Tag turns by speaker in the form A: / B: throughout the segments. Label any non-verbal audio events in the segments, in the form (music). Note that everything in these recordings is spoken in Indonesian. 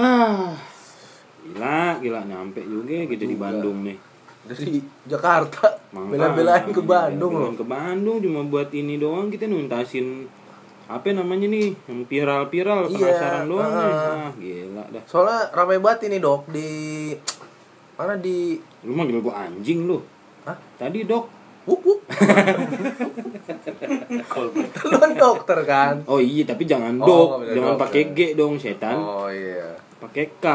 A: (sighs) gila nyampe juga gitu di Bandung nih.
B: dari Jakarta bela-belain ke Bandung loh
A: bela-belain Ke Bandung cuma buat ini doang kita nuntasin apa namanya nih yang viral-viral
B: Iya,
A: penasaran doang nih.
B: ah.
A: Ah, gila dah.
B: soalnya ramai banget ini dok di mana di
A: Lu manggil gua anjing lu.
B: Hah?
A: Tadi dok.
B: wuk wuk lu kan dokter kan
A: Oh iya tapi jangan
B: Oh,
A: dok,
B: nggak boleh
A: jangan
B: dok,
A: pakai
B: ya.
A: G dong setan,
B: oh iya
A: pakai K.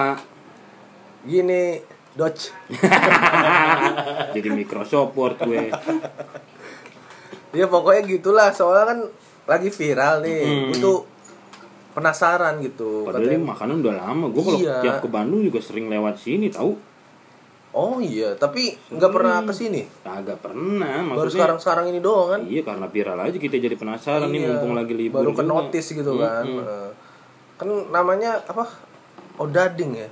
B: gini Dodge
A: Jadi Microsoft Word
B: (laughs)
A: gue.
B: ya pokoknya gitulah soalnya kan lagi viral nih itu penasaran gitu
A: Hmm. Padahal ini
B: Katanya,
A: makanan udah lama. Gue kalau
B: Iya.
A: tiap ke Bandung juga sering lewat sini tahu.
B: oh iya tapi nggak
A: Hmm.
B: pernah kesini
A: Kagak pernah
B: baru
A: maksudnya.
B: sekarang sekarang ini doang kan
A: Iya karena viral aja kita jadi penasaran nih
B: Iya,
A: mumpung lagi libur.
B: baru ke
A: juga.
B: notice gitu kan Eh, kan namanya apa odading ya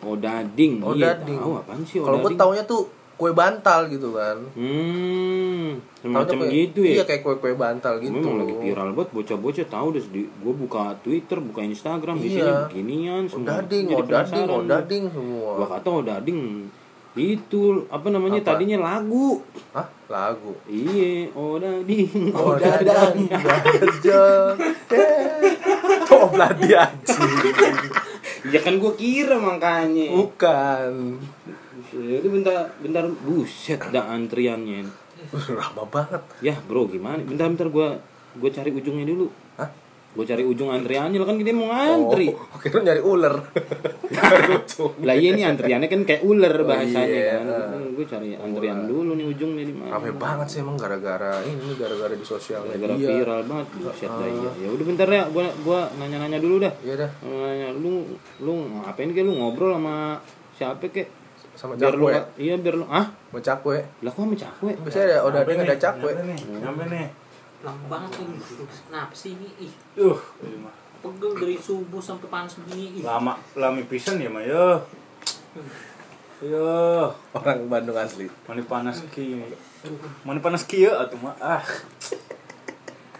A: Odading. Oh, iya,
B: odading
A: tahu apaan sih
B: Oh, kalau gue
A: odading?
B: taunya tuh kue bantal gitu kan
A: Hmm,
B: Taunya
A: semacam
B: kue-
A: gitu ya.
B: iya kayak kue kue bantal gitu
A: Memang lagi viral buat bocah-bocah tahu deh gue buka Twitter, buka Instagram di sini
B: Iya.
A: beginian semua.
B: odading
A: Jadi
B: odading
A: penasaran.
B: odading oh, semua
A: Gua kata odading itu apa namanya
B: Apa?
A: tadinya lagu.
B: Hah? lagu Oh,
A: Iya,
B: (laughs)
A: oh, odading.
B: Odadang
A: (laughs)
B: Dadang Toplah dia anjing
A: Ya kan gue kira
B: Oh.
A: makanya.
B: Bukan
A: Itu bentar bentar buset dah antriannya.
B: Lama banget
A: Ya bro gimana? Bentar bentar gue gue cari ujungnya dulu.
B: Hah?
A: Gue cari ujung antriannya lo kan kita mau ngantri.
B: Oh, (laughs) Oke lu nyari
A: (laughs)
B: ular
A: Lah iya nih antriannya kan kayak ular bahasanya
B: iya.
A: kan. Gue cari antrian dulu nih ujungnya di mana.
B: Rame banget sih emang gara-gara ini gara-gara di sosial
A: Gara-gara
B: media Iya
A: viral banget buset dah iya. Ya udah bentar ya gua gua nanya-nanya dulu dah.
B: Iya dah
A: Nanya lu lu ngapain kek lu ngobrol sama siapa kek?
B: Sama
A: Biar lu
B: cakwe
A: iya biar lu ah
B: Sama cakwe
A: lah kok sama cakwe?
B: Biasanya ada odading ada cakwe
C: Nyampe nih, nyampe nih.
D: Lama banget ini. Kenapa sih ini? Ih,
C: Duh,
D: pegel dari subuh sampai panas begini. Ih.
C: lama lami pisan ya, mah yo. Yo,
B: Orang Bandung asli
C: mani panas ki. Mani panas ki ya atuh mah. Ah.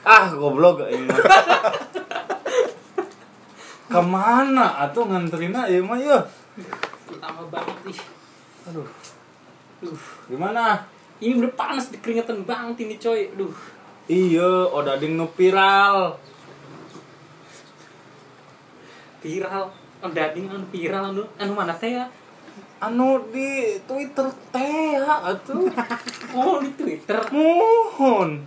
C: Ah, goblok ini. mah. Kemana atuh nganterina ya mah yo.
D: Lama banget ih.
C: Aduh.
D: Duh.
C: Gimana?
D: Ini udah panas dikeringatan banget ini coy. Duh.
C: Iya, odading nu viral.
D: Viral. Dading anu viral anu anu mana teh ya?
C: Anu di Twitter teh ya atuh.
D: Oh, di Twitter.
C: Mohon.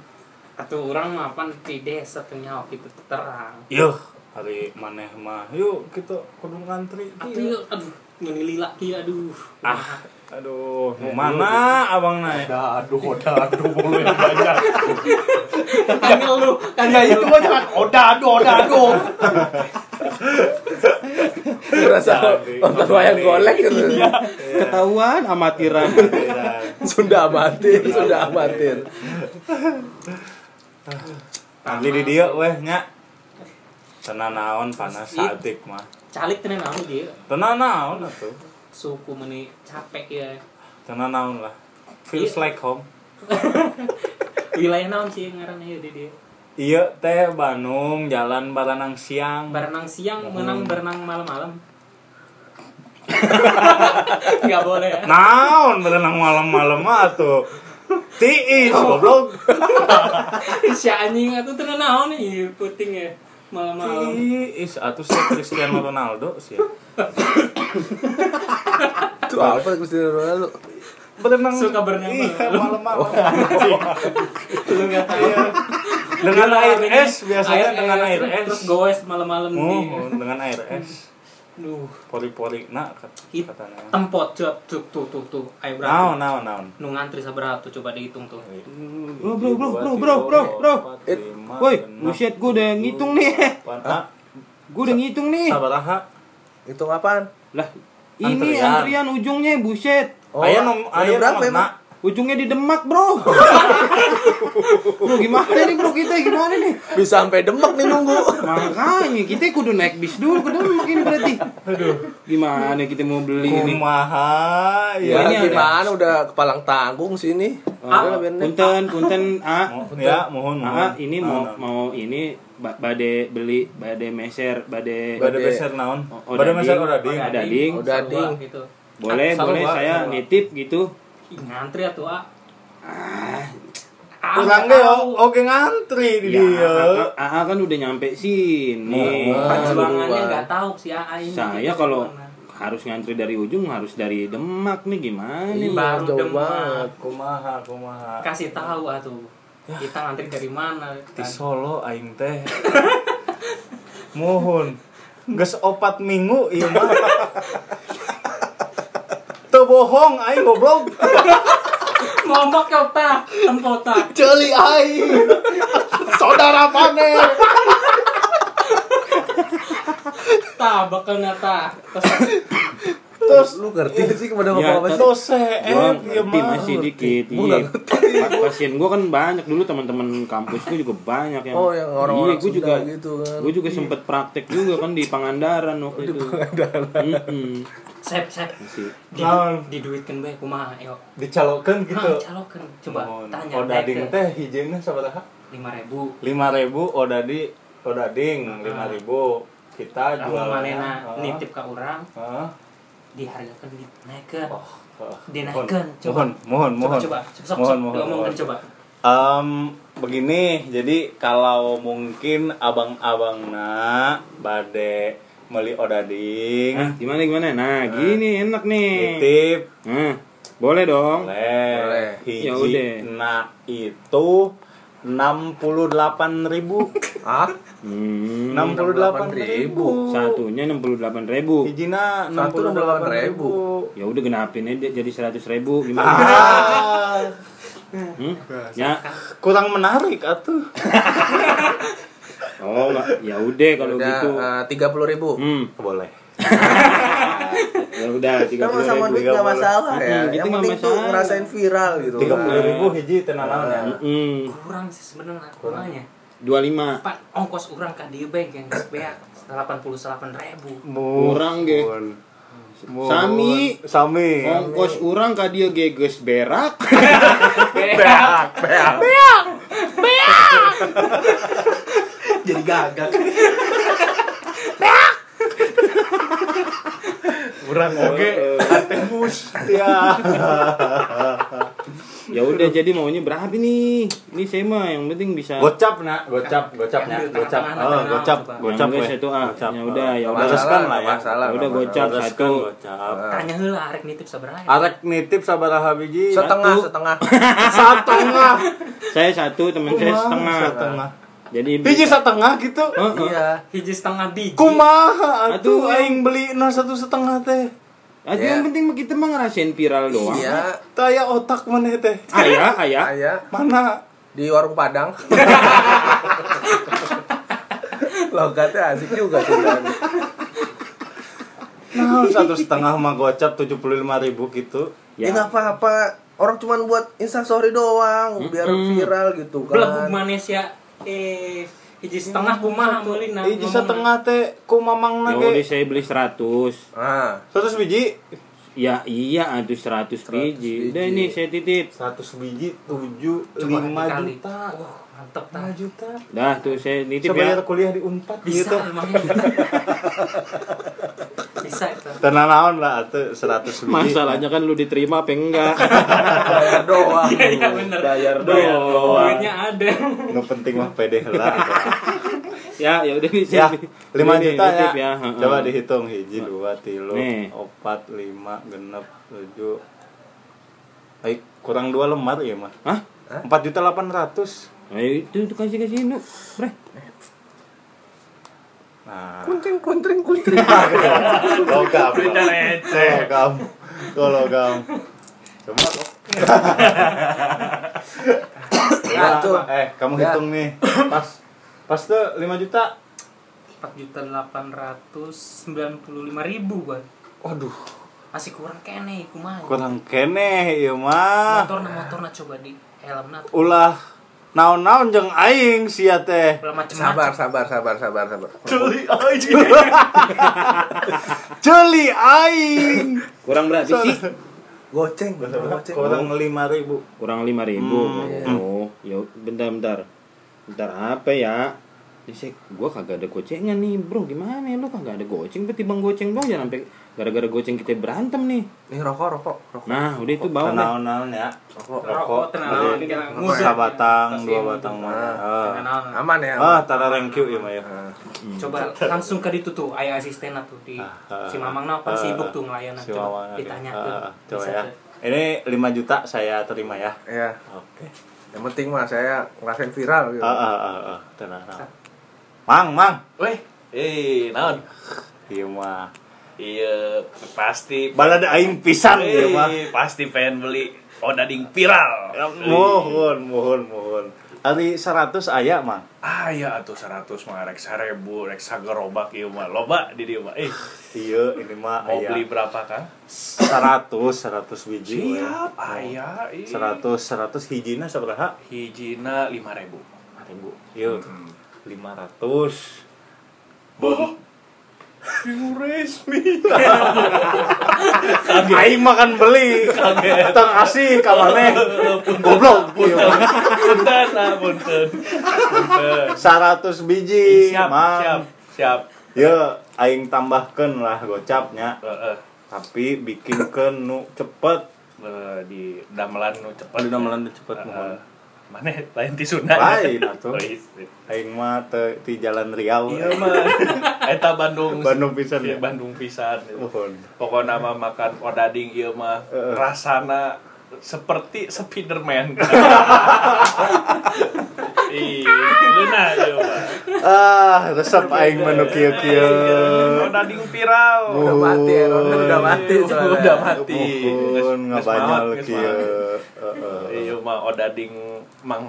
D: Atau orang mah apa di desa tuh nyawa gitu terang.
C: Yuh, hari maneh mah. Yuk, kita kudu ngantri.
D: Atau
C: Iya.
D: yuk, aduh, ngeli laki aduh.
C: Ah, aduh, mau mana abang naik?
E: Aduh, udah, aduh, mulu
B: (laughs)
E: yang banyak.
D: Kagel lu,
E: Ya
C: Iya,
D: kagel
E: itu
D: lu.
E: mah jangan, udah, aduh, udah, aduh.
B: Berasa
C: Jadi,
B: nonton wayang
C: odading.
B: golek gitu
A: Ketahuan amatiran.
B: Sunda amatir Sunda amatir
C: Nanti di dia, weh nya. Tenang naon panas satik mah.
D: Calik tenan anu dia.
C: Tenang naon atuh.
D: Suku meni capek ya.
C: Tenang naon lah. Feels like home.
D: Wilayah naon sih ngaranna ya di dia.
C: Iya teh Bandung jalan Baranang siang.
D: Berenang siang, menang berenang malam-malam. (laughs) Gak boleh ya.
C: Naon berenang malam-malam atuh. Tiis goblok.
D: Si anjing atau tenan naon nih puting ya malam-malam.
C: Tiis atuh si Cristiano Ronaldo sih.
B: Itu apa Cristiano Ronaldo
C: Berenang
D: Suka berenang
C: iya,
D: malam.
C: malam-malam.
D: Lu nggak tahu.
C: dengan
D: Dia
C: air
D: ngelarin
C: es biasanya dengan air es
D: terus goes malam-malam
C: Oh,
D: nih.
C: dengan air es
D: Duh,
C: pori-pori nak kat-
D: Hit.
C: katanya
D: tempot cup tuh tuh tuh tuh. Ayo
C: naon
D: berapa?
C: naon naon
D: Nu ngantri sabaraha tuh coba dihitung tuh.
A: Bro bro bro bro bro bro bro.
B: It-
A: Woi, buset gue udah ngitung nih. Gue udah ngitung
C: Nah,
A: nih.
C: sabaraha
B: Hitung apaan?
A: Lah, ini
C: Antrian.
A: antrian ujungnya buset.
C: aya nom
B: ada
C: aya
B: berapa
C: berapa
B: emang?
A: Ujungnya di Demak, Bro. bro, gimana nih, Bro? Kita gimana nih?
B: Bisa sampai demek nih nunggu.
A: Makanya kita kudu naik bis dulu ke Demak ini berarti. Aduh. Gimana kita mau beli ini? Iya,
C: kumaha
B: Ya,
C: ya
A: ini ada.
B: gimana udah kepalang tanggung sini.
A: Ah,
B: Udah biar nih.
A: punten, punten, ah.
C: Mo- ya mohon mohon
A: Ah, ini
C: Naon,
A: mau
C: naon.
A: mau ini ba- bade beli, bade meser, bade
C: bade
B: Bade-
C: besar naon
A: O-
C: bade besar
A: odading.
C: odading
A: Odading.
B: Odading.
D: Gitu.
A: boleh
C: Sarua,
A: boleh saya
C: sarua.
A: nitip gitu
D: Ih, ngantri atuh ah ah
C: Orang ge oh. oke ngantri di
A: ya
C: dia.
A: Aa- Aa kan udah nyampe sini
B: Wah,
D: perjuangannya
B: wah.
D: nggak tahu si AA ini gitu
A: saya kalau harus ngantri dari ujung harus dari Demak nih gimana
D: Ini
B: Iya,
D: baru
B: jauh
D: Demak.
B: banget.
C: Kumaha, kumaha.
D: kasih tahu atuh kita ngantri dari mana
C: Di
D: kan.
C: Solo aing teh. (laughs) Mohon. Geus opat minggu ieu
A: (laughs)
C: mah. Teu bohong aing
A: (laughs)
C: goblok.
D: ngomong ke otak
C: (laughs)
D: tempotak
C: Celi aing. Saudara panel.
D: ta bakal nata
C: Terus
B: lu ngerti sih kepada
A: Ya,
B: ngomong apa sih?
C: Dose,
A: gua
C: eh, dia
A: ngerti
C: mah.
A: masih dikit
B: iya, Gua nggak
A: iya Pa- pasien gua kan banyak dulu teman-teman kampus gua juga banyak yang
B: Oh, yang
A: iya,
B: orang-orang
A: gua
B: Sunda
A: juga
B: gitu kan.
A: gua juga sempet praktek juga kan di Pangandaran waktu itu Mm-mm.
D: sep sep
A: masih
D: di,
C: Naon?
D: diduitkan bae kumaha ayo
C: Dicalokan gitu.
D: Nah, calokan Ah, coba
C: Mohon.
D: tanya
C: Odading
D: teh
C: teh hijieuna sabaraha?
D: lima ribu
C: 5000 Odadi Odading
A: Ah.
C: 5000. Kita jual Ah. Oh.
D: manena nitip ke orang
C: Heeh.
D: dihargakan dinaikkan
C: Oh, oh.
D: Dinaikkan,
C: Mohon,
D: coba.
C: Mohon, mohon, mohon.
D: coba coba sok
C: mohon,
D: sok
C: mohon,
D: diomongkan
C: mohon.
D: coba
C: Em, begini, jadi kalau mungkin abang-abangna bade meli odading,
A: Hah, gimana gimana nah gini enak nih
C: nitip
A: nah boleh dong
B: Boleh.
C: Boleh.
A: Ya
C: Hiji
A: udah.
C: nah itu 68.000. ribu
B: Ah,
A: hmm.
C: 68.000.
A: satunya enam puluh delapan ribu
C: Hijina
B: Satu
C: 68.000.
A: ya udah genapin aja jadi seratus ribu gimana
C: Ah,
A: Hmm? ya
C: kurang menarik atuh.
A: oh nggak. ya udah kalau
B: udah ah. eh,
A: gitu
B: tiga puluh ribu.
A: hmm.
C: Boleh.
A: ya udah tiga
B: Kan
A: puluh
B: sama
A: ribu
B: duit nggak masalah
A: Mm, gitu
B: ya. Yang
A: nggak
B: penting tuh
A: masalah.
B: ngerasain viral gitu.
C: 30.000 hiji tenanawan ya.
A: hmm.
D: kurang sih sebenarnya kurangnya
A: dua lima
D: pak ongkos urang ka dieu bae yang SPA 88.000
A: Kurang ge. Sami. Oh.
C: Sami.
B: Iya,
A: ongkos urang ka dia geges berak
B: Jadi gagak.
C: Kurang oke. Atemus. Ya.
A: (laughs) ya udah jadi maunya berapa nih ini saya mah yang penting bisa
C: Gocap nak, gocap, gocap nak,
D: Ambil
C: gocap. Oh,
D: tangan-tangan, tangan-tangan,
C: gocap,
D: coba.
C: gocap
A: Yang
C: guys.
A: guys itu, ah. Ya udah, ya udah.
C: Bereskan lah ya.
B: Masalah,
A: Ya udah,
B: nggak
A: gocap.
B: masalah.
C: Bereskan,
A: satu.
C: Gocap.
D: tanya heula arek nitip sabaraha ya?
C: Arek nitip sabaraha biji? Ah,
B: Setengah,
A: Satu. (laughs)
B: setengah.
C: Setengah.
A: saya satu teman saya setengah
C: Setengah.
A: jadi
C: Biji setengah gitu.
A: Heeh.
B: Iya.
D: hiji setengah biji
C: Kumaha
A: Atuh,
C: atuh
A: aing.
C: aing beli na satu setengah teh.
A: Aduh,
B: Iya.
A: yang penting mah kita mah ngerasain viral doang.
B: Iya.
C: Taya otak mana teh?
A: Ayah, ayah.
B: Ayah
C: Mana?
B: di warung
A: (laughs)
B: Padang. Logatnya asik juga sih. Dan.
C: Nah, satu setengah mah gocap tujuh puluh lima ribu gitu.
B: Ya nggak apa-apa. Orang cuman buat instastory doang biar viral gitu kan.
D: belebug manesia ya. eh hiji setengah kumaha meuli na
C: Iji Eh,
D: ngomongna.
C: setengah teh ku mamang
A: Ya udah
C: nage.
A: saya beli 100.
B: Ah,
C: Seratus biji.
A: Ya iya aduh 100 biji. Udah ini saya titip.
C: Seratus biji tujuh
D: Coba
C: lima
D: dikali.
C: juta.
D: Wah, mantep
C: Lima
D: tah
C: juta.
A: Dah tuh saya nitip
C: Bisa bayar
A: ya.
C: kuliah di unpad
D: bisa
C: gitu.
D: emangnya (laughs) bisa itu
C: Tenang naon lah atuh seratus biji.
A: Masalahnya kan lu diterima apa
B: (laughs)
A: enggak?
B: bayar
A: (laughs)
B: doang.
D: iya bener
B: Bayar
D: ya
A: Bayar
B: doang.
A: doang.
D: duitnya ada
C: Nu penting mah
A: (laughs)
C: pede lah.
A: Ya, ya udah nih
C: ya
A: saya. beli.
C: lima
A: Ini,
C: juta ya,
A: nitip Heeh.
C: coba dihitung hiji dua tilu
A: Nih.
C: opat lima genep tujuh Ay, kurang dua lemar ya mah
A: Hah?
C: empat juta delapan ratus
A: Ayo itu, itu kasih kasih lu. Bre.
C: nah
B: Kuntring, kuntring,
A: (laughs)
B: kuntring.
C: logam logam Tuh logam coba
B: (coughs)
C: kok.
B: Ya, tuh.
C: eh kamu
B: Ya.
C: hitung nih pas pas tuh lima juta
D: empat juta delapan ratus sembilan puluh lima ribu bang
C: waduh
D: masih kurang kene kumaha
C: kurang kene ya mah
D: motor na motor na coba di helm nah. na
C: ulah naon-naon jeung aing sia teh
D: Ulah macem-macem
B: Sabar, sabar, sabar, sabar, sabar.
C: Celi
D: oh,
C: aing.
D: iya.
C: Celi aing.
A: Kurang berarti sih.
B: Goceng, goceng.
C: Kurang 5000. Hmm, iya.
A: Kurang 5000. Oh, ya bentar bentar. Bentar apa ya? Jadi saya, gua kagak ada gocengnya nih bro gimana ya lu kagak ada goceng berarti bang goceng doang jangan sampai gara-gara goceng kita berantem nih
B: Nih rokok, rokok, rokok.
A: nah udah itu bawa deh.
C: Kenaon-naon ya.
B: Rokok.
D: Rokok, tenang,
C: Iya. Rokok.
D: tenang.
C: Rokok
B: Musik.
C: Sabatang,
D: Kasih
C: dua
D: yang Nah,
C: batang
D: untuk-
C: mana. Ah.
D: Tenang, tenang.
B: Aman ya. Nah,
C: Ah, tara rengkyu ya, Maya.
D: Coba
C: (laughs)
D: langsung ke itu tuh, ayah asisten lah tuh di
C: Ah,
D: si Mamang nah kan
C: ah,
D: sibuk tuh ngelayan
C: Si
D: coba
C: Wawan.
D: ditanya
C: Ah,
D: tuh.
C: Coba
D: Bisa
C: ya.
D: tuh.
C: Ini 5 juta saya terima ya.
B: Iya.
C: Oke.
B: Yang penting mah saya ngerasain viral gitu.
C: Ah, ah, ah, ah. Tenang, tenang. Mang, mang.
F: Weh, eh, naon?
C: Iya mah.
F: Iya, pasti.
C: Balada aing pisan ieu
F: Eh,
C: mah.
F: pasti pengen beli odading viral.
C: Mohon, mohon, mohon. Ari 100 aya, mang.
E: Ah ya atuh 100 mah rek 1000 rek sagerobak ieu mah. Loba di dieu mah. Eh,
C: Iya, ini mah
F: Mau
C: aya. 100,
F: beli berapa, Kang?
C: 100 biji. we.
F: Siap, ayah. ih.
C: 100, 100 hijina sabaraha?
F: Hijina 5000.
C: 5000. Iya. 500. Bon.
F: (laughs)
C: resmi. Aing makan beli. Tang asih kamarnya. Goblok.
F: Punten, ah, punten.
C: 100
F: Ih,
C: biji.
F: Siap,
C: Mang.
F: siap, siap.
C: Ya, aing tambahkan lah gocapnya.
F: Heeh.
C: Tapi bikin ke nu cepet.
F: eh, di damelan nu cepat.
C: Aduh Oh, damelan nu cepet, mohon.
F: Eh, Mana lain ti Sunda.
C: Lain ah, atuh.
F: Oh, iya.
C: Aing mah teu di Jalan Riau.
F: Iya mah.
C: (laughs)
F: Eta Bandung.
C: Bandung pisan,
F: Iya,
C: ya?
F: Bandung pisan.
C: Mohon.
F: Pokoknya mah makan odading ieu mah
C: Heeh.
F: rasana seperti
C: (laughs)
F: Spiderman. Ih, beuna ieu mah.
C: Ah, resep aing mah nu kieu-kieu.
F: Odading viral.
B: Udah mati ya,
C: Oh.
B: Ronald udah mati soalnya.
F: Udah mati.
C: Mohon
F: Geus
C: ngabanyal
F: maot, geus
C: kieu.
F: maot.
C: Heeh.
F: Iya mah odading mang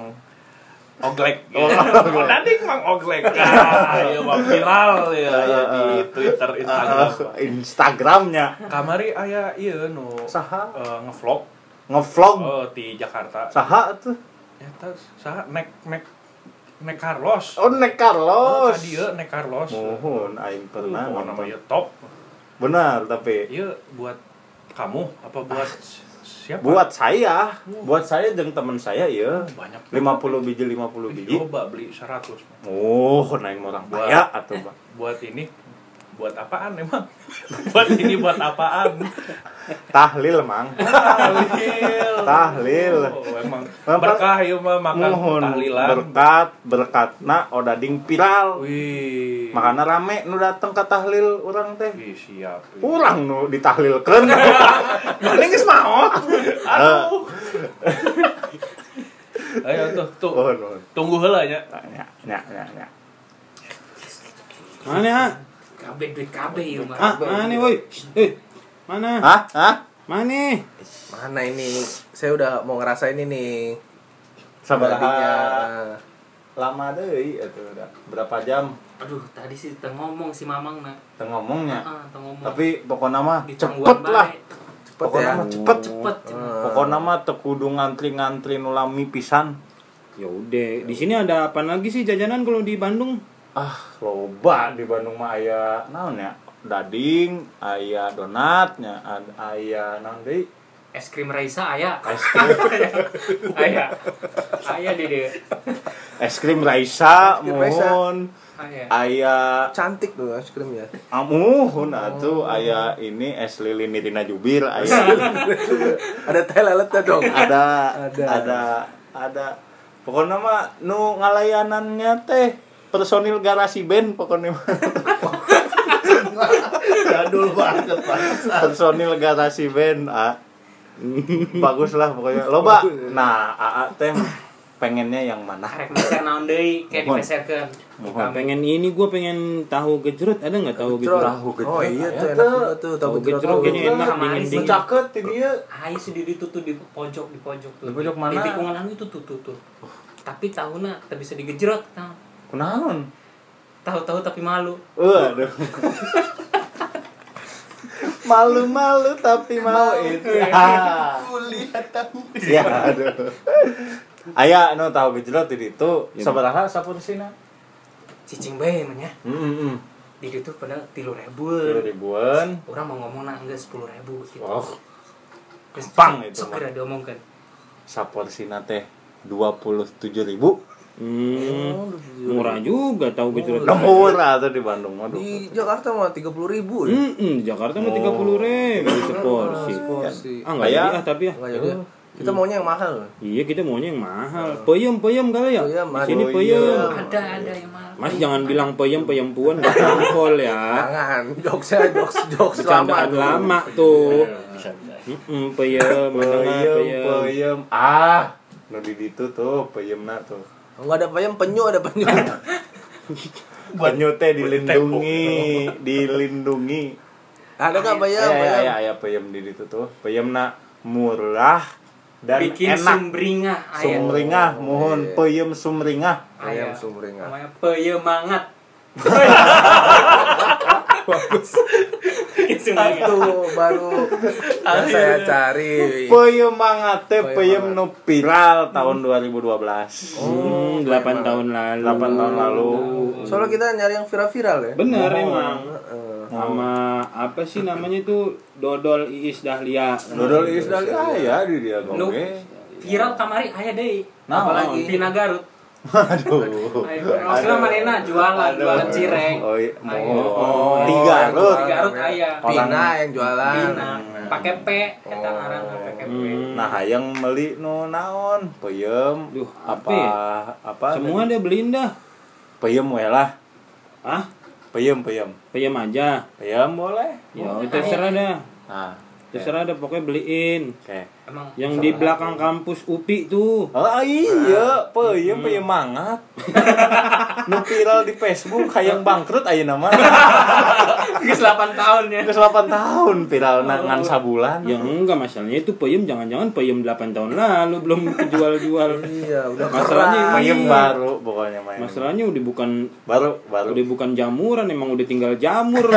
F: (laughs) oglek. odading Oh, mang oglek. Ah, (laughs) Iya mah viral ya ya, di Twitter Instagram.
C: Ah, Instagramnya
F: Kamari aya ieu nu
C: saha?
F: eh, ngevlog
C: Ngevlog
F: oh, di Jakarta.
C: saha tuh?
F: Eta saha nek nek nek Carlos.
C: Oh, Nek Carlos.
F: Tadi ieu nek Carlos. Oh,
C: Mohon aing pernah
F: Pokoknya nama
C: nonton.
F: ieu top.
C: Benar, tapi
F: Ieu buat kamu apa buat siapa?
C: buat saya, buat saya dan teman saya ya.
F: banyak
C: 50 biji 50 biji.
F: Coba beli 100.
C: Oh, naik orang kaya atuh, Pak.
F: buat ini buat apaan emang (laughs) buat ini buat apaan
C: Tahlil, Mang.
F: tahlil
C: Tahlil.
F: oh, emang
C: Maka-
F: berkah ya mah makan
C: Mohon
F: tahlilan
C: berkat, berkatna odading viral.
F: wih
C: Makanya rame nu dateng ke tahlil orang teh.
F: wih siap wih.
C: Urang nu
F: (laughs)
C: ditahlilkeun.
F: Mending geus maot
C: Aduh.
F: ayo tuh tuh
C: Eh, Mohon, mohon.
F: tunggu heula nya
C: Nya, nya, nya, nya.
A: mana ah
D: Kabeh duit kabeh ya, ieu mah.
A: ah mana woi Shh, eh mana
C: Hah? Hah?
A: mana
B: Mana ini? Saya udah mau ngerasain ini. Jadinya,
C: Sabaraha
B: eh,
C: lama deui atuh udah. Berapa jam
D: Aduh, tadi sih teu ngomong si Mamang nah.
C: teu ngomongnya.
D: Heeh, teu ngomong.
C: Tapi pokoknya mah
D: Di
C: cepet
D: tangguhan
C: lah. Ah.
D: bae.
B: cepet
C: Pokoknya
B: ya.
C: mah cepet.
D: Cepet. cepet.
C: Pokoknya mah teu kudu ngantri-ngantri nu lami pisan.
A: ya udah di sini ada apa lagi sih jajanan kalau di Bandung
C: Ah, loba di Bandung mah aya naon ya? Dading, aya donatnya, ad- aya naon deui?
D: Es krim Raisa aya.
C: (laughs) Es krim,
D: (laughs) Aya. Aya di dieu.
C: es krim Raisa,
B: Es krim Raisa.
C: mohon.
D: Aya.
C: Ah. Aya
B: Cantik tuh ya. es krimnya.
C: amuhun atuh, aya ini es lilin Nirina Jubil,
D: (laughs)
C: aya
B: Ada teh leletnya dong.
C: (laughs) ada
B: Ada.
C: ada ada pokoknya mah nu ngalayanannya teh personil garasi band pokoknya mah
E: (laughs) jadul banget Pak.
C: personil garasi band a bagus lah pokoknya loba nah aa teh pengennya yang mana
D: Karek meser naon deui, kayak
C: Mohon.
D: dipeserkeun.
C: Mohon.
A: pengen ini gue pengen tahu gejrot ada nggak tahu gejrot
B: Tahu Oh iya tuh enak
C: Ayah, gitu. tuh.
B: juga tuh tahu
A: Tahu
B: gejrot.
A: gejrot
B: tuh.
A: kayaknya enak
D: Sama
A: dingin
D: Anis.
A: dingin
C: mencaket di dia
D: Ai si Didi tuh tuh di pojok di pojok tuh.
C: Di pojok mana?
D: Di tikungan anu itu tuh tuh tuh. Tapi tahuna teu bisa digejrot. tah.
C: kunaon
D: Tahu-tahu tapi malu.
C: waduh malu-malu tapi mau itu Ah. ya aduh Aya no tahu gejrot di ditu sabaraha sapun sina?
D: Cicing bae mah nya.
C: Heeh.
D: Didi tuh pada 3000.
C: ribuan.
D: Orang mau ngomong nah enggak 10.000 gitu.
C: Oh,
D: Terus
C: gampang itu,
D: Segera diomongkan.
C: sapor sina teh 27.000.
B: Oh,
A: Hmm, murah juga tahu gejrot.
C: Murah tuh di Bandung, aduh.
B: Di Jakarta mah 30.000 ribu ya.
A: Hmm, di Jakarta mah tiga puluh ribu seporsi.
B: Porsi.
A: Ah nggak jadi ah tapi ah.
B: Enggak Oh, jadi.
C: Hmm.
B: Kita maunya yang mahal.
A: Iya kita maunya yang mahal. Peyem peyem kali ya.
B: Peyem,
A: Di sini
B: aduh, iya.
C: Oh,
A: peyem.
C: iya,
D: Ada ada yang mahal.
A: Mas jangan bilang peyem peyem puan nggak tampol ya.
B: Jangan, (laughs) jokesnya jokes jokes lama
A: Bercandaan
B: tuh.
A: lama tuh. Mm-mm, Iya, peyem, menengah
C: Peyem,
A: peyem.
C: peyem. Ah, nu di ditu tuh peyem na tuh.
B: Enggak ada payam penyu ada
C: (laughs)
B: penyu.
C: Penyu teh dilindungi, dilindungi.
B: ada enggak payam?
C: ya, ya,
B: payam?
C: ya, ya, peyem di ditu tuh. Peyem na murah dan
D: Bikin
C: enak.
D: sumringah ayah.
C: Sumringah, mohon
B: iya.
C: peyem sumringah.
B: Payam
D: Ayah.
B: sumringah.
D: Namanya
C: (laughs)
D: peyemangat. Bagus.
B: Itu baru yang saya cari.
C: Peyem mangat teh
B: Peyem
C: peyem nu viral tahun 2012.
A: Hmm, delapan tahun lalu.
C: 8 tahun lalu.
B: Soalnya kita nyari yang viral-viral ya. Eh,
A: Bener emang.
B: Heeh.
A: Sama apa sih namanya itu Dodol Iis Dahlia.
C: Dodol Iis Dali aya di dia
D: Lu
C: oke.
D: viral kamari ayah deh.
C: Iya. Nah,
D: Apalagi
A: oh.
D: Pina Garut.
C: Aduh.
D: Ayah, Maksudnya Marina nah, jualan, jualan cireng.
C: Oh, iya.
D: Ayah.
C: Oh,
B: Oh,
C: tiga
B: yang
C: Rut.
D: Di Garut aya.
B: ya. Pina yang jualan.
D: Pina, Nah, pakai P, kata
C: Oh.
D: orang pakai P.
C: Nah, hayang meli nu naon? Peyem.
A: Duh, apa
C: apa
A: ya?
C: apa?
A: Semua ada beliin dah.
C: peyem we lah.
A: Ah,
C: Peyem, peyem.
A: peyem aja.
C: Peyem boleh.
A: Ya, terserah dah.
C: Nah,
A: Terserah dah pokoknya beliin.
C: oke.
D: Emang
A: Yang di belakang kampus UPI tuh.
C: Oh iya, peyem peyem mangat. (laughs) nu viral di Facebook hayang bangkrut ayeuna (laughs) mah.
D: Gus 8 tahun ya.
C: Geus 8 tahun viral na ngan sabulan.
A: Ya enggak masalahnya itu peyem jangan-jangan peyem 8 tahun lalu belum kejual-jual.
B: Iya, udah
A: Masalahnya
B: keras.
A: ini.
C: Peyem baru pokoknya main.
A: Masalahnya udah bukan
C: Baru baru.
A: udah bukan jamuran emang udah tinggal jamur.
C: (laughs)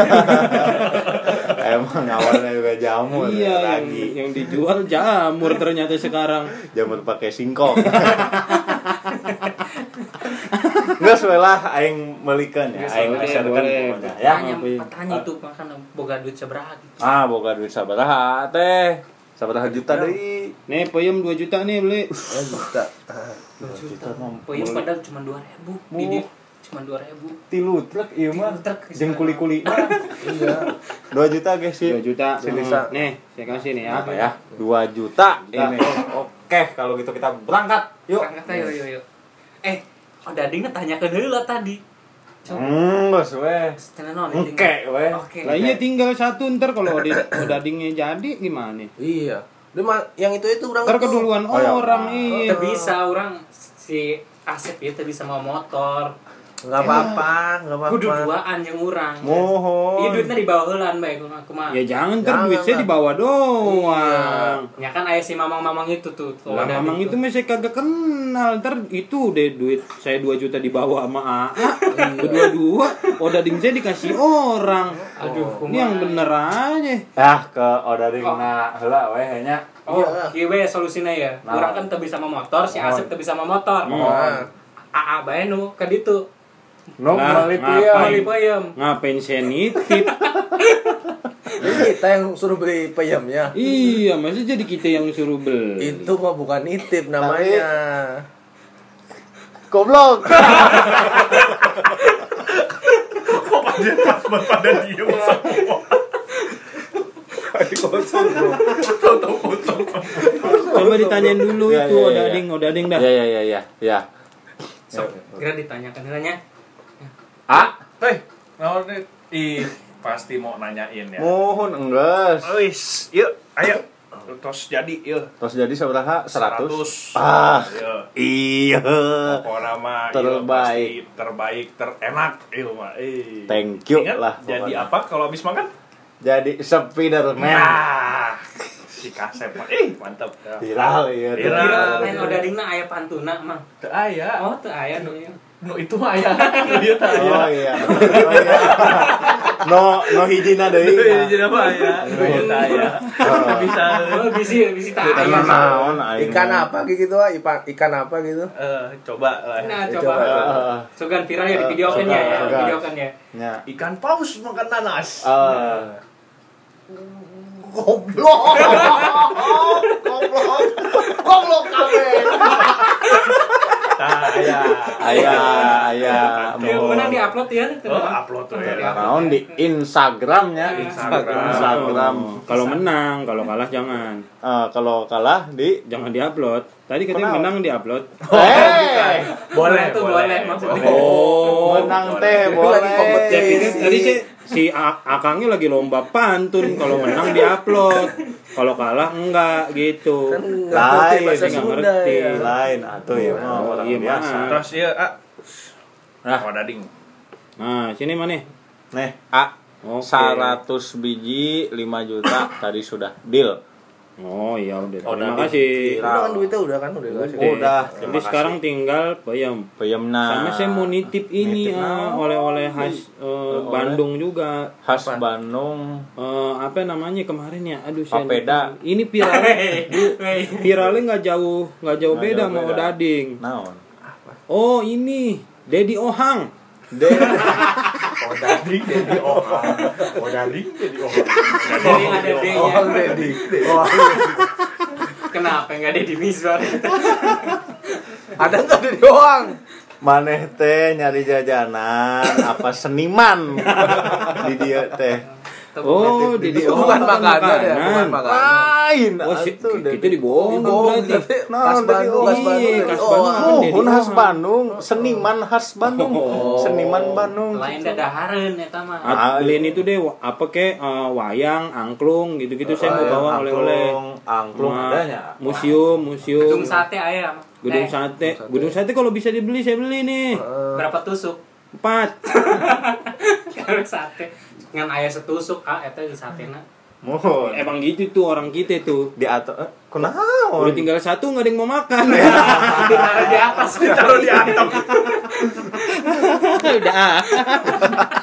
C: Emang awalnya juga jamur
A: iya, yang,
C: lagi.
A: yang dijual jamur ternyata sekarang.
C: Jamur pakai singkong. (laughs) Geus we lah aing meulikeun ya, aing
A: boleh,
C: peserkeun
A: boleh.
C: pokoknya ya.
D: Tanya,
A: apa ya?
D: tanya itu makan boga duit seberapa gitu.
C: Ah, boga duit sabaraha teh? Sabaraha juta deui?
A: Nih peyem 2 juta nih beli.
B: Oh, juta.
C: Juta mah
D: Poin padahal cuma 2000. Di dia cuma 2000.
C: tilu truk iya mah
D: Tilu truk.
C: jeung kuli-kuli dua juta guys sih
A: 2 juta.
B: Sini, Sa.
A: Nih, saya kasih nih ya.
C: apa ya dua juta
A: Juta.
C: ini oke kalau gitu kita berangkat yuk
D: Berangkat ayo yo yo. Eh, oh dading tanya ke dulu tadi. Coba
C: hmm bos weh
D: setelah non
C: oke weh
D: Oke.
A: Lah iya tinggal satu ntar kalau di kalau dadingnya jadi gimana?
B: Iya. Dia mah- yang itu itu orang
A: Ntar
B: itu.
A: keduluan
C: Oh, ya.
A: orang iya.
D: Teu bisa orang si Asep itu bisa mau motor.
B: Enggak apa-apa, enggak apa-apa.
D: Kudu duaan yang urang.
C: Oh.
D: Iya
C: mohon
D: duitnya di bawah heulan bae aku mah.
A: Ya jangan ntar
B: Jangan,
A: duit saya
B: Kak.
A: dibawa doang.
D: Ya kan ayah si mamang-mamang itu tuh. tuh
A: Lah
D: ada gitu.
A: memang
D: di-
A: itu mah saya kagak kenal. Ntar itu deh duit saya 2 juta dibawa sama AA. Berdua-dua, oh dading saya dikasih orang.
D: Aduh,
A: Ini yang
D: kumaha.
A: bener aja.
C: ah ke odading na heula weh nya
D: Oh,
B: Iya.
D: iya we solusinya ya.
C: Nah.
D: Urang kan teu bisa sama motor, si Asep teu bisa sama motor. Oh.
B: Nah,
D: AA bae nu kan ka ditu.
C: nu
A: Nah,
C: meuli
A: ngapain?
D: Mali peuyeum.
A: Ngapain saya nitip?
B: Jadi kita yang suruh beli peyemnya.
A: iya, masa jadi kita yang suruh
B: Iya.
A: beli.
B: Itu mah bukan nitip namanya.
C: goblok
E: Kok pada pas pada diem semua? Tahu-tahu kosong.
A: Coba ditanyain dulu
C: Ya,
A: itu
C: ya, ya,
A: odading, odading dah.
C: ya ya ya ya ya
D: Sok,
A: ya,
D: kira ditanyakan heulanya.
C: ah
E: Hei, naon nih? Ih, pasti mau nanyain ya.
C: mohon enggeus
E: Wis, yuk, ayo. Terus jadi, yuk.
C: terus jadi sabaraha 100
E: Ah.
C: Ah.
E: Yuk.
C: iya
E: Pokoknya mah ieu
C: Terbaik.
E: pasti terbaik, terenak ieu mah. Eh.
C: Thank you
E: Ingat,
C: lah,
E: Jadi
C: pokoknya.
E: apa kalau habis makan?
C: jadi Spiderman
E: Nah, (laughs) si kasep mah. Eh, mantap. Ya.
C: viral iya tuh.
E: Viral.
D: Kira lain odadingna aya pantuna, Mang.
E: Teu aya.
D: Oh, teu aya nu ieu.
E: Nu itu mah (laughs) aya. Nu ieu teh aya.
C: (laughs)
E: (laughs)
C: Oh iya. Oh, iya. no no hijina deui.
E: Nu
C: nah.
E: ieu Iya, jadi apa aya? Nu ieu teh aya. (laughs) Bisa
D: Oh, bisi bisi tah
C: Karena
D: aya.
C: naon
B: Iya.
C: aing.
B: Ikan apa gitu ah? Ipa- Ikan apa gitu?
E: eh coba lah.
D: Nah,
B: Ya,
D: coba.
C: Heeh.
D: Sogan viral ya di video kan ya, ya, di
C: Sogan.
D: video kan ya.
C: Uh, Nya.
E: Ikan paus makan nanas.
C: Eh,
B: Goblok. Goblok. Goblok kabeh.
E: (laughs)
F: Nah, ya.
C: iya. Ayah, ayah,
D: Yang
C: mohon.
D: mana diupload ya?
F: Oh, upload tuh ya.
C: Naon di Instagramnya.
F: Instagram.
C: iya. Instagram.
A: Oh, kalau menang, kalau kalah jangan.
C: Eh, kalau kalah di. Eh,
A: Jangan diupload. Tadi katanya
C: Kenapa?
A: menang diupload.
C: Oh, Hey!
F: Boleh,
D: Itu boleh, maksudnya.
A: Oh,
C: menang teh
B: Itu lagi
C: boleh.
B: kompetisi.
A: saya pikir tadi sih si A- Akangnya lagi lomba pantun. Kalau menang diupload, kalau kalah enggak gitu.
B: Kan nggak ngerti
C: Lain,
B: bahasa
A: nggak
B: Sunda
A: ngerti.
B: ya.
C: Lain atuh ya mah
A: Oh,
C: orang
A: iya,
C: biasa.
A: maaf.
F: Terus iya, ah.
C: Nah.
F: Mau dading.
A: Nah, sini mana?
C: Nih, A
A: Oke.
C: 100 Ah, biji 5 juta tadi sudah deal.
A: Oh iya udah.
C: Oh,
A: Terima
C: udah,
A: kasih.
C: dikira.
B: Udah kan duitnya udah kan udah dikasih.
A: Oke.
C: Udah, terima
A: Jadi
C: kasih.
A: sekarang tinggal payam.
C: Peyemna.
A: Sama saya mau nitip ini
C: Nitip. ya.
A: ah, oleh-oleh khas eh, Bandung juga.
C: khas Bandung.
A: Eh, apa namanya kemarin ya? Aduh saya.
C: Papeda.
A: Ini viral. Viralnya nggak jauh nggak jauh
C: Nggak
A: beda
C: jauh
A: sama
C: beda.
A: Odading.
C: Naon?
A: Oh ini Dedi Ohang.
F: Oh, dading jadi orang. Oh, dading jadi orang.
D: Ada yang ada D-nya.
B: Oh, ready.
D: Kenapa nggak ada di Misbar?
B: Ada nggak dari doang?
C: Maneh teh nyari jajanan
A: (laughs)
C: apa seniman di dia teh.
A: Oh Dedi
B: Itu
A: Ohang
B: bukan makanan ya, bukan makanan.
C: Lain
A: Oh, si,
C: atuh
A: kita dibohong
B: Bohong,
A: berarti.
B: tapi
C: Nah,
B: khas
C: dari
B: Bandung, khas
A: orang.
B: Bandung,
A: Iya,
B: dari
A: khas Bandung.
B: orang.
A: Oh,
C: Muhun
A: jadi
C: khas
A: orang.
C: Bandung, seniman khas Bandung,
A: Oh.
C: seniman Bandung.
D: Lain dada haren ya tama.
A: At- Lain itu deh wa- apa kek eh, wayang, angklung gitu-gitu saya mau
C: Ayam,
A: bawa oleh-oleh.
C: angklung, angklung
A: Sama
C: adanya.
A: Museum, museum.
D: Gedung sate ayam.
A: Gedung
D: Eh,
A: sate. Gedung sate kalau bisa dibeli saya beli nih.
D: Berapa tusuk? (laughs)
A: Empat.
D: Kalau sate dengan ayah setusuk ah eta di satena.
C: Muhun.
A: Emang gitu tuh orang kita tuh.
C: Di atas, eh,
A: Udah
C: kunaon?
A: tinggal satu nggak ada yang mau makan.
D: Ditaruh di atas.
F: Ditaruh di atap.
A: Udah. ah.